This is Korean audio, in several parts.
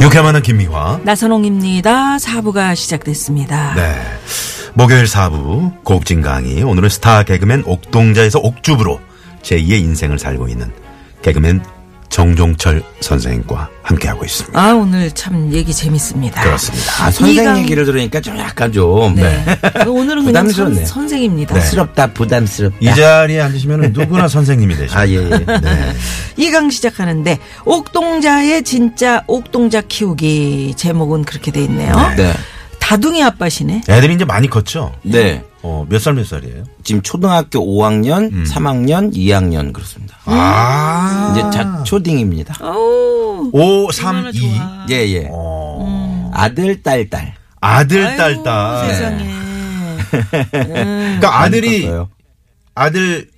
유쾌만한 김미화. 나선홍입니다. 4부가 시작됐습니다. 네. 목요일 4부 고급진 강의. 오늘은 스타 개그맨 옥동자에서 옥주부로 제2의 인생을 살고 있는 개그맨 정종철 선생과 함께하고 있습니다. 아, 오늘 참 얘기 재밌습니다. 그렇습니다. 아, 선생 이강- 얘기를 들으니까 좀 약간 좀 네. 오늘은 그냥 선, 부담스럽네요. 선생입니다. 부담스럽다, 부담스럽다. 이 자리에 앉으시면 누구나 선생님이 되십니다. 아, 예, 예. 네. 이강 시작하는데 옥동자의 진짜 옥동자 키우기 제목은 그렇게 돼 있네요. 네. 다둥이 아빠시네. 애들이 이제 많이 컸죠? 네. 어, 몇 살 몇 살이에요? 지금 초등학교 5학년, 3학년, 2학년 그렇습니다. 아. 이제 자, 초딩입니다. 오. 5, 3, 2. 예, 예. 어. 아들, 딸, 딸. 아들, 딸, 딸. 음. 세상에. 그러니까 아들이, 컸어요. 아들,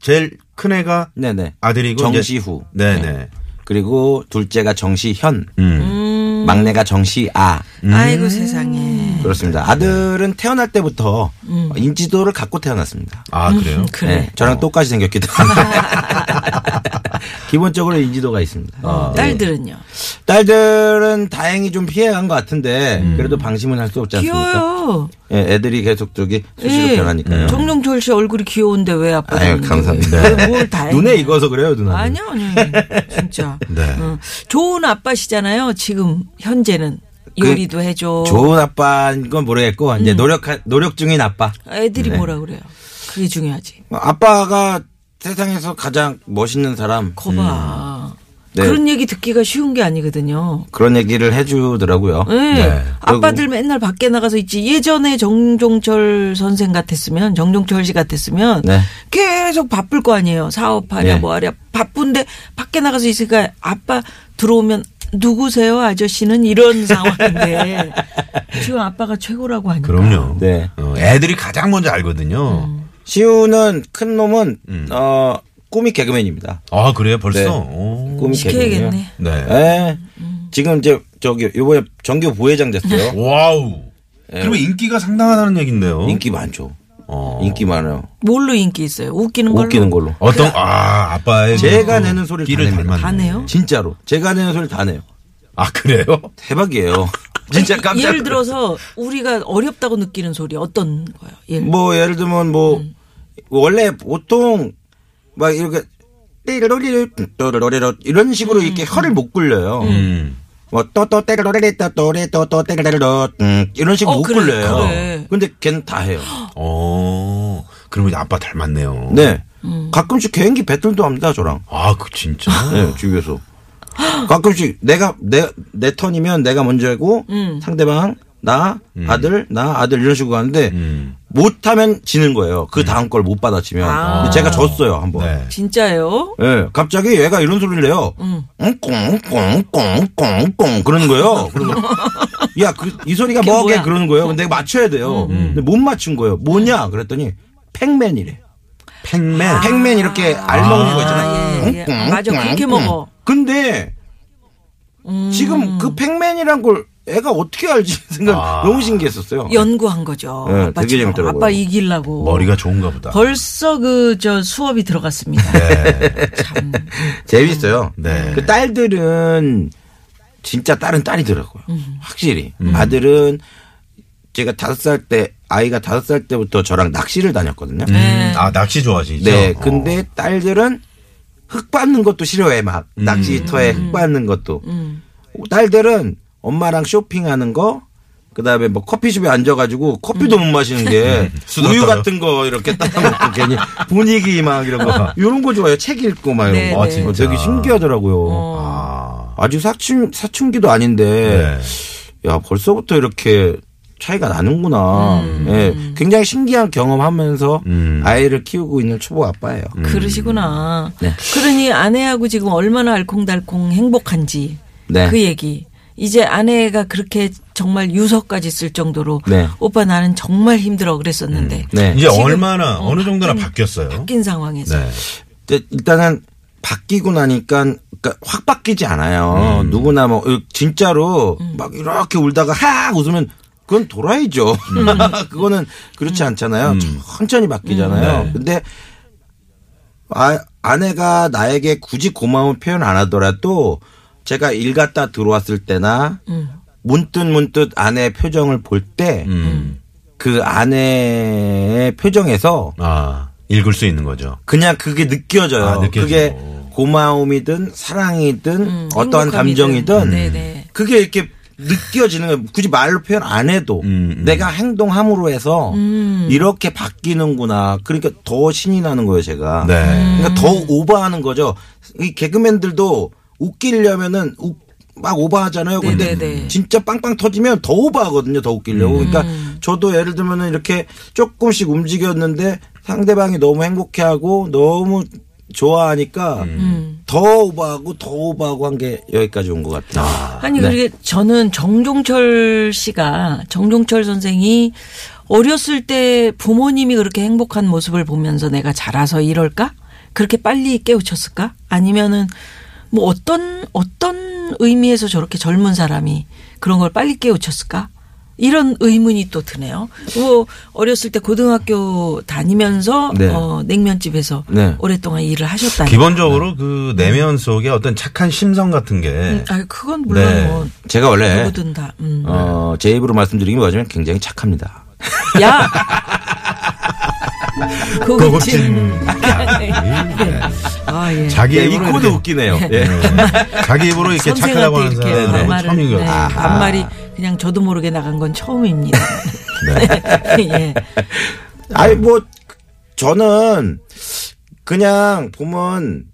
제일 큰 애가 네네. 아들이고. 이제- 정시후. 네네. 네. 그리고 둘째가 정시현. 음. 네. 막내가 정시아. 아이고 세상에. 그렇습니다. 아들은 태어날 때부터 인지도를 갖고 태어났습니다. 아, 그래요? 그래. 네, 어. 저랑 똑같이 생겼기 때문에. 기본적으로 인지도가 있습니다. 예. 딸들은요. 딸들은 다행히 좀 피해간 것 같은데 음. 그래도 방심은 할 수 없지 않습니까? 귀여워요. 예, 애들이 계속 저기 수시로 예. 변하니까요. 정룡철 씨 얼굴이 귀여운데 왜 아빠? 아유, 감사합니다. 뭘다 눈에 익어서 그래요, 누나. 아니요, 아니요, 아니요. 진짜. 네. 음. 어, 좋은 아빠시잖아요. 지금 현재는 요리도 해줘. 그 좋은 아빠인 건 모르겠고 이제 음. 노력 노력 중인 아빠. 애들이 네. 뭐라 그래요. 그게 중요하지. 아빠가 세상에서 가장 멋있는 사람 거봐. 네. 그런 얘기 듣기가 쉬운 게 아니거든요. 그런 얘기를 해주더라고요. 예. 아빠들 맨날 밖에 나가서 있지. 예전에 정종철 선생 같았으면, 정종철 씨 같았으면, 네. 계속 바쁠 거 아니에요. 사업하랴, 네. 뭐하랴. 바쁜데 밖에 나가서 있으니까 아빠 들어오면 누구세요, 아저씨는? 이런 상황인데. 지금 아빠가 최고라고 하니까. 그럼요. 네. 음. 어, 애들이 가장 먼저 알거든요. 시우는 큰 놈은 어 꿈이 개그맨입니다. 아, 그래요? 벌써? 네. 음, 오. 꿈이 개그맨이에요. 시켜야겠네. 네. 예. 지금 이제 저기 요번에 정교 부회장 됐어요. 와우. 그리고 인기가 상당하다는 얘긴데요. 네. 인기 많죠. 어. 인기 많아요. 뭘로 인기 있어요? 웃기는 걸로? 웃기는 걸로. 어떤, 아, 아빠의. 제가 그 내는 소리를 끼를 다 냅니다. 닮았네. 다 내요? 진짜로. 제가 내는 소리 다 내요. 아, 그래요? 대박이에요. 진짜 깜짝 예를 들어서 우리가 어렵다고 느끼는 소리 어떤 거예요? 예를 뭐 예를 들면 뭐 원래 보통 막 이렇게 떼르로리르 또르로리로 이런 식으로 음, 이렇게 혀를 못 굴려요. 음. 뭐또또 떼르로리르 또또또 떼르르르 음, 이런 식으로 어, 못 그래, 굴려요. 그래. 근데 걔는 다 해요. 어. 그러면 이제 아빠 닮았네요. 네. 음. 가끔씩 개인기 배틀도 합니다, 저랑. 아, 그, 진짜. 네, 집에서. 가끔씩 내가 내, 내 턴이면 내가 먼저 하고 상대방 나 아들 나 아들 이런 식으로 가는데 음. 못하면 지는 거예요. 그 다음 걸 못 받아치면 아. 근데 제가 졌어요 한 번. 네. 진짜요? 예, 갑자기 얘가 이런 소리를 내요. 꽁꽁꽁꽁꽁꽁 그러는 거예요. 그래서 야, 그, 이 소리가 그게 뭐게 뭐야? 그러는 거예요. 근데 맞춰야 돼요. 근데 못 맞춘 거예요. 뭐냐 그랬더니 팩맨이래. 팩맨. 팩맨 이렇게 알 먹는 거 아, 있잖아요. 예, 예. 맞아, 그렇게 먹어. 음. 근데 지금 그 팩맨이란 걸 애가 어떻게 알지 생각 아. 너무 신기했었어요. 연구한 거죠. 네, 아빠 되게 처럼. 재밌더라고요. 아빠 이기려고. 머리가 좋은가 보다. 벌써 그 저 수업이 들어갔습니다. 네. 참 재밌어요. 네. 그 딸들은 진짜 딸은 딸이더라고요. 음. 확실히 아들은 제가 다섯 살 때 아이가 다섯 살 때부터 저랑 낚시를 다녔거든요. 음, 아, 낚시 좋아하시죠? 네, 어. 근데 딸들은 흙 밟는 것도 싫어해 막 음. 낚시터에 흙 밟는 것도 딸들은 엄마랑 쇼핑하는 거 그다음에 뭐 커피숍에 앉아가지고 커피도 못 마시는 게 음. 수다 우유 떨어요. 같은 거 이렇게 따먹고 괜히 분위기 막 이런 어. 거 이런 거 좋아요 책 읽고 막 이런 네, 거 네. 어, 되게 신기하더라고요 아. 아직 사춘 사춘기도 아닌데 네. 야 벌써부터 이렇게 차이가 나는구나. 예, 굉장히 신기한 경험하면서 음. 아이를 키우고 있는 초보 아빠예요. 그러시구나. 네. 그러니 아내하고 지금 얼마나 알콩달콩 행복한지 네. 그 얘기. 이제 아내가 그렇게 정말 유서까지 쓸 정도로 네. 오빠 나는 정말 힘들어 그랬었는데 네. 이제 지금, 얼마나 어, 어느 정도나 바뀐- 바뀌었어요. 바뀐 상황에서 네. 근데 일단은 바뀌고 나니까 그러니까 확 바뀌지 않아요. 누구나 뭐 으, 진짜로 음. 막 이렇게 울다가 하 웃으면 그건 돌아야죠. 그거는 그렇지 음. 않잖아요. 천천히 바뀌잖아요. 근데 아, 아내가 나에게 굳이 고마운 표현 안 하더라도 제가 일 갔다 들어왔을 때나 음. 문득 문득 아내의 표정을 볼 때 그 음. 아내의 표정에서 아, 읽을 수 있는 거죠. 그냥 그게 느껴져요. 아, 느껴지고. 그게 고마움이든 사랑이든 음, 어떠한 행복함이든. 감정이든 네네. 그게 이렇게 느껴지는 거예요. 굳이 말로 표현 안 해도 음, 음. 내가 행동함으로 해서 음. 이렇게 바뀌는구나. 그러니까 더 신이 나는 거예요, 제가. 네. 음. 그러니까 더 오버하는 거죠. 이 개그맨들도 웃기려면은 우- 막 오버하잖아요. 근데 네네네. 진짜 빵빵 터지면 더 오버하거든요. 더 웃기려고. 그러니까 저도 예를 들면은 이렇게 조금씩 움직였는데 상대방이 너무 행복해하고 너무 좋아하니까 더 오버하고 더 오버하고 한 게 여기까지 온 것 같아요. 아니 네. 그게 저는 정종철 씨가 정종철 선생이 어렸을 때 부모님이 그렇게 행복한 모습을 보면서 내가 자라서 이럴까? 그렇게 빨리 깨우쳤을까? 아니면은 뭐 어떤 어떤 의미에서 저렇게 젊은 사람이 그런 걸 빨리 깨우쳤을까? 이런 의문이 또 드네요. 뭐 어렸을 때 고등학교 다니면서 네. 어, 냉면집에서 네. 오랫동안 일을 하셨다니. 기본적으로 그 내면 속에 어떤 착한 심성 같은 게 네. 아 그건 물론 네. 뭐 제가 원래 누구든 다. 음. 어, 제 입으로 말씀드리긴 뭐하지만 굉장히 착합니다. 야! 고급진 아, 예. 자기 예, 이 입으로 코도 이렇게- 웃기네요. 예. 네. 자기 입으로 이렇게 착하다고 선생한테 하는 이렇게 사람 너무 반말을 처음인 것 네, 같아요. 반말이 그냥 저도 모르게 나간 건 처음입니다. 네. 예. 아니 뭐 저는 그냥 보면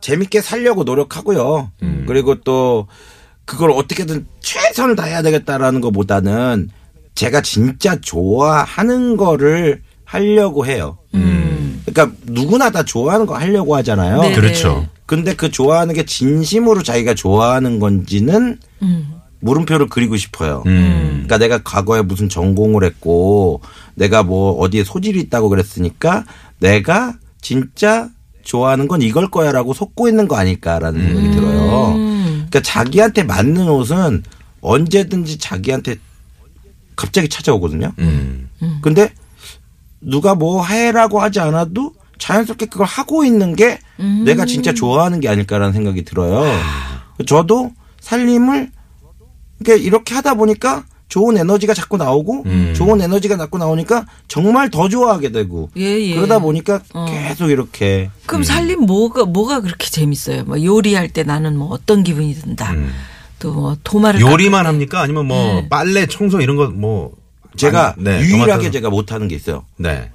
재밌게 살려고 노력하고요. 그리고 또 그걸 어떻게든 최선을 다해야 되겠다라는 것보다는 제가 진짜 좋아하는 거를 하려고 해요. 그러니까 누구나 다 좋아하는 거 하려고 하잖아요. 네. 그렇죠. 근데 그 좋아하는 게 진심으로 자기가 좋아하는 건지는 물음표를 그리고 싶어요. 그러니까 내가 과거에 무슨 전공을 했고 내가 뭐 어디에 소질이 있다고 그랬으니까 내가 진짜 좋아하는 건 이걸 거야라고 속고 있는 거 아닐까라는 생각이 들어요. 그러니까 자기한테 맞는 옷은 언제든지 자기한테 갑자기 찾아오거든요. 음. 근데 누가 뭐 해라고 하지 않아도 자연스럽게 그걸 하고 있는 게 음. 내가 진짜 좋아하는 게 아닐까라는 생각이 들어요. 아. 저도 살림을 이렇게, 이렇게 하다 보니까 좋은 에너지가 자꾸 나오고 음. 좋은 에너지가 자꾸 나오니까 정말 더 좋아하게 되고 예, 예. 그러다 보니까 계속 이렇게 그럼 음. 살림 뭐가, 뭐가 그렇게 재밌어요? 뭐 요리할 때 나는 뭐 어떤 기분이 든다. 또 뭐 도마를. 음. 요리만 깎을 음. 합니까? 아니면 뭐 빨래, 청소 이런 거 뭐 제가 많이- 네, 유일하게 도맡아서- 제가 못하는 게 있어요. 네.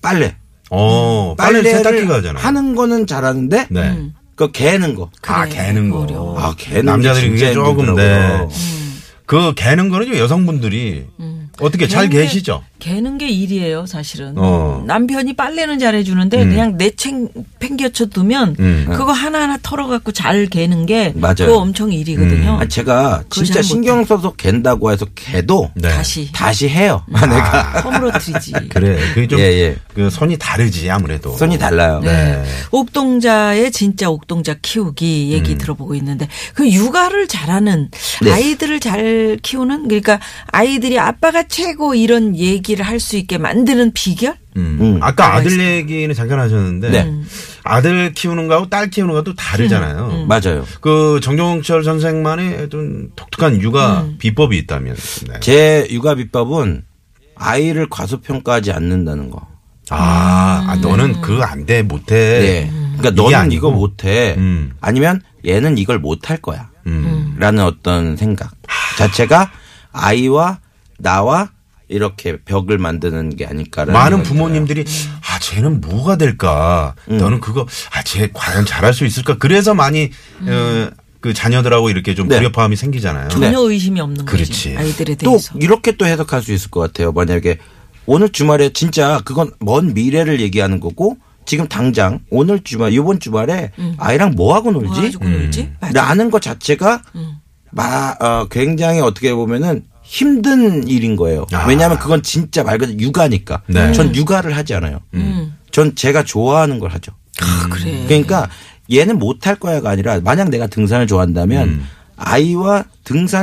빨래. 어, 빨래 세탁기가 빨래를 하잖아요. 하는 거는 잘하는데 네. 그 개는 거. 음. 그래, 아, 개는 거. 어려워. 아, 개는 남자들이 진짜 그게 조금 힘들더라고요. 네. 그 개는 거는 여성분들이 음. 어떻게 잘 개는 게- 계시죠? 개는 게 일이에요, 사실은. 어. 남편이 빨래는 잘해주는데 그냥 내챙 팽겨쳐 두면 음. 그거 하나하나 털어갖고 잘 개는 게 맞아요. 그거 엄청 일이거든요. 음. 아, 제가 그걸 진짜 잘 신경 써서 갠다고 해서 개도 네. 아, 다시 다시 해요. 아, 네, 내가 허물어뜨리지. 그래. 그게 좀 예, 예. 그 손이 다르지 아무래도. 손이 달라요. 네. 옥동자의 진짜 옥동자 키우기 음. 얘기 들어보고 있는데 그 육아를 잘하는 네. 아이들을 잘 키우는 그러니까 아이들이 아빠가 최고 이런 얘기를 할 수 있게 만드는 비결? 음. 음. 아까 아들 얘기는 잠깐 하셨는데 네. 아들 키우는 거하고 딸 키우는 거하고 또 다르잖아요. 네. 맞아요. 그 정종철 선생만의 좀 독특한 육아 비법이 있다면. 네. 제 육아 비법은 아이를 과소평가하지 않는다는 거. 아, 아, 너는 그 안 돼, 못 해. 네. 그러니까 이게 너는 아니고. 이거 못해. 음. 아니면 얘는 이걸 못할 거야. 음. 라는 어떤 생각 자체가 아이와 나와 이렇게 벽을 만드는 게 아닐까라는. 많은 생각이 들어요. 부모님들이 아 쟤는 뭐가 될까? 너는 그거 아 쟤 과연 잘할 수 있을까? 그래서 많이 어, 그 자녀들하고 이렇게 좀 네. 불협화음이 생기잖아요. 전혀 의심이 없는 네. 거지. 그렇지. 아이들에 또 대해서. 이렇게 또 해석할 수 있을 것 같아요. 만약에 오늘 주말에 진짜 그건 먼 미래를 얘기하는 거고 지금 당장 오늘 주말 이번 주말에 아이랑 뭐 하고 음. 뭐 놀지? 음. 가지고 놀지? 맞아. 라는 것 자체가 음. 마, 어, 굉장히 어떻게 보면은 힘든 일인 거예요. 아. 왜냐하면 그건 진짜 말 그대로 육아니까. 네. 음. 전 육아를 하지 않아요. 전 제가 좋아하는 걸 하죠. 음. 아, 그래. 그러니까 얘는 못할 거야가 아니라 만약 내가 등산을 좋아한다면 음. 아이와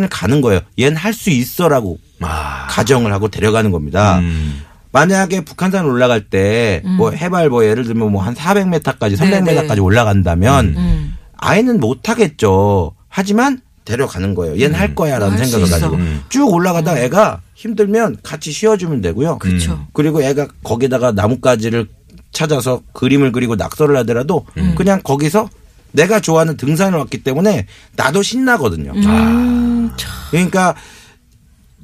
등산을 가는 거예요. 얘는 할 수 있어라고 아. 가정을 하고 데려가는 겁니다. 음. 만약에 북한산 올라갈 때 뭐 해발 뭐 예를 들면 뭐 한 400m까지 음. 네, 음, 네. 300m까지 올라간다면 아이는 못 하겠죠. 하지만 데려가는 거예요. 얘는 할 거야라는 음. 할수 생각을 있어. 음. 가지고 쭉 올라가다 가 애가 힘들면 같이 쉬어주면 되고요. 그쵸. 음. 그리고 애가 거기다가 나뭇가지를 찾아서 그림을 그리고 낙서를 하더라도 음. 그냥 거기서 내가 좋아하는 등산을 왔기 때문에 나도 신나거든요. 음. 그러니까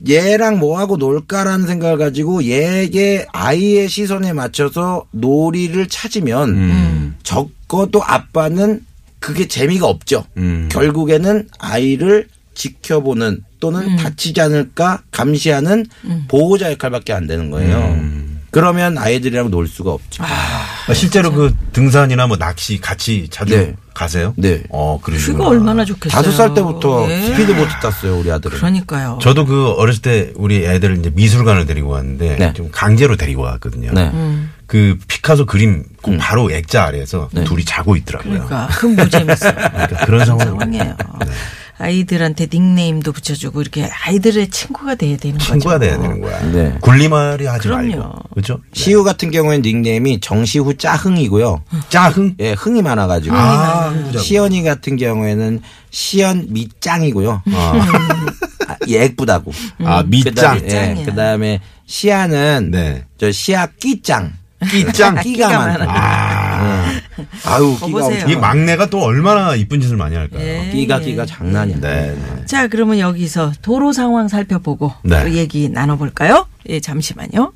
얘랑 뭐 하고 놀까라는 생각을 가지고 얘에게 아이의 시선에 맞춰서 놀이를 찾으면 음. 적어도 아빠는 그게 재미가 없죠. 음. 결국에는 아이를 지켜보는 또는 음. 다치지 않을까 감시하는 보호자 역할밖에 안 되는 거예요. 그러면 음. 아이들이랑 놀 수가 없죠. 아, 실제로 그 등산이나 뭐 낚시 같이 자주 네. 가세요? 네. 어, 그러시구나. 그거 얼마나 좋겠어요. 다섯 살 때부터 예. 스피드보트 탔어요 우리 아들은. 그러니까요. 저도 그 어렸을 때 우리 애들을 이제 미술관을 데리고 왔는데 네. 좀 강제로 데리고 왔거든요. 네. 음. 그 피카소 그림 그 바로 액자 아래에서 네. 둘이 자고 있더라고요. 그러니까 그건 뭐 재밌어. 그러니까 그런 상황이 상황이에요. 아이들한테 닉네임도 붙여주고 이렇게 아이들의 친구가 돼야 되는 거죠. 친구가 돼야 되는 거야. 네. 굴림말이 하지 그럼요. 말고. 그렇죠? 시우 같은 경우에는 닉네임이 정시후 짜흥이고요. 음. 짜흥. 예, 흥이 많아가지고. 아, 흥부자고. 시연이 같은 경우에는 시연 밑짱이고요. 아, 예쁘다고. 아, 밑장. 그다음에, 예, 밑장이야. 그다음에 시아는 네. 저 시아 끼짱. 끼짱. 끼가 끼가 많아. 아, 아유, 끼가 거보세요. 엄청. 이 막내가 또 얼마나 이쁜 짓을 많이 할까요? 네. 많아. 네. 끼가 끼가 장난이야. 네. 네. 자, 그러면 여기서 도로 상황 살펴보고 네. 또 얘기 나눠볼까요? 예, 잠시만요.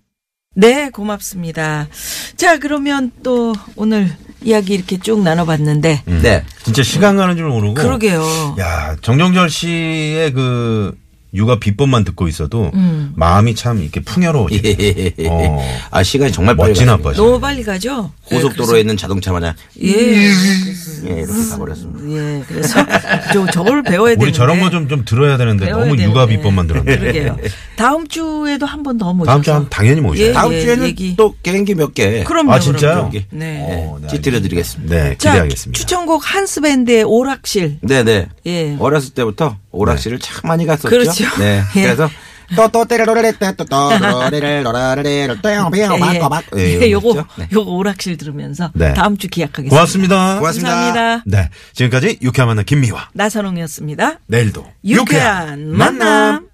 네, 고맙습니다. 자, 그러면 또 오늘 이야기 이렇게 쭉 나눠봤는데, 네. 진짜 시간 가는 줄 모르고. 그러게요. 야, 정정절 씨의 그 육아 비법만 듣고 있어도 마음이 참 이렇게 풍요로워지네. 어. 아, 시간이 정말 빨리 멋진 가네요. 아빠시. 너무 빨리 가죠? 네, 고속도로에 있는 자동차 마냥 예, 그래서- 예, 이렇게 가버렸습니다. 예, 예, 그래서 저, 저걸 배워야 되는데. 우리 저런 거 좀 좀 들어야 되는데 배워야 너무 되는데. 육아 비법만 들었네. 그러게요. 다음 주에도 한 번 더 모셔서. 다음 주한 당연히 모셔요. 예. 다음 주에는 얘기. 네. 또 개인기 몇 개. 그럼요. 아 진짜요? 그럼요. 네. 어, 네, 찌트려드리겠습니다. 네, 자, 기대하겠습니다. 추천곡 한스밴드의 오락실. 네네. 예. 어렸을 때부터 오락실을 참 많이 갔었죠. 그렇죠. 네. 예. 그래서 또또 때를 노래를 때또또 노래를 노래를 떼요 떼요 예, 예. 막고 막. 예, 요거, 있죠. 네. 요거 오락실 들으면서 네. 다음 주 기약하겠습니다. 고맙습니다. 고맙습니다. 감사합니다. 네, 지금까지 육회 만난 김미화. 나선홍이었습니다. 내일도 유쾌한 만남.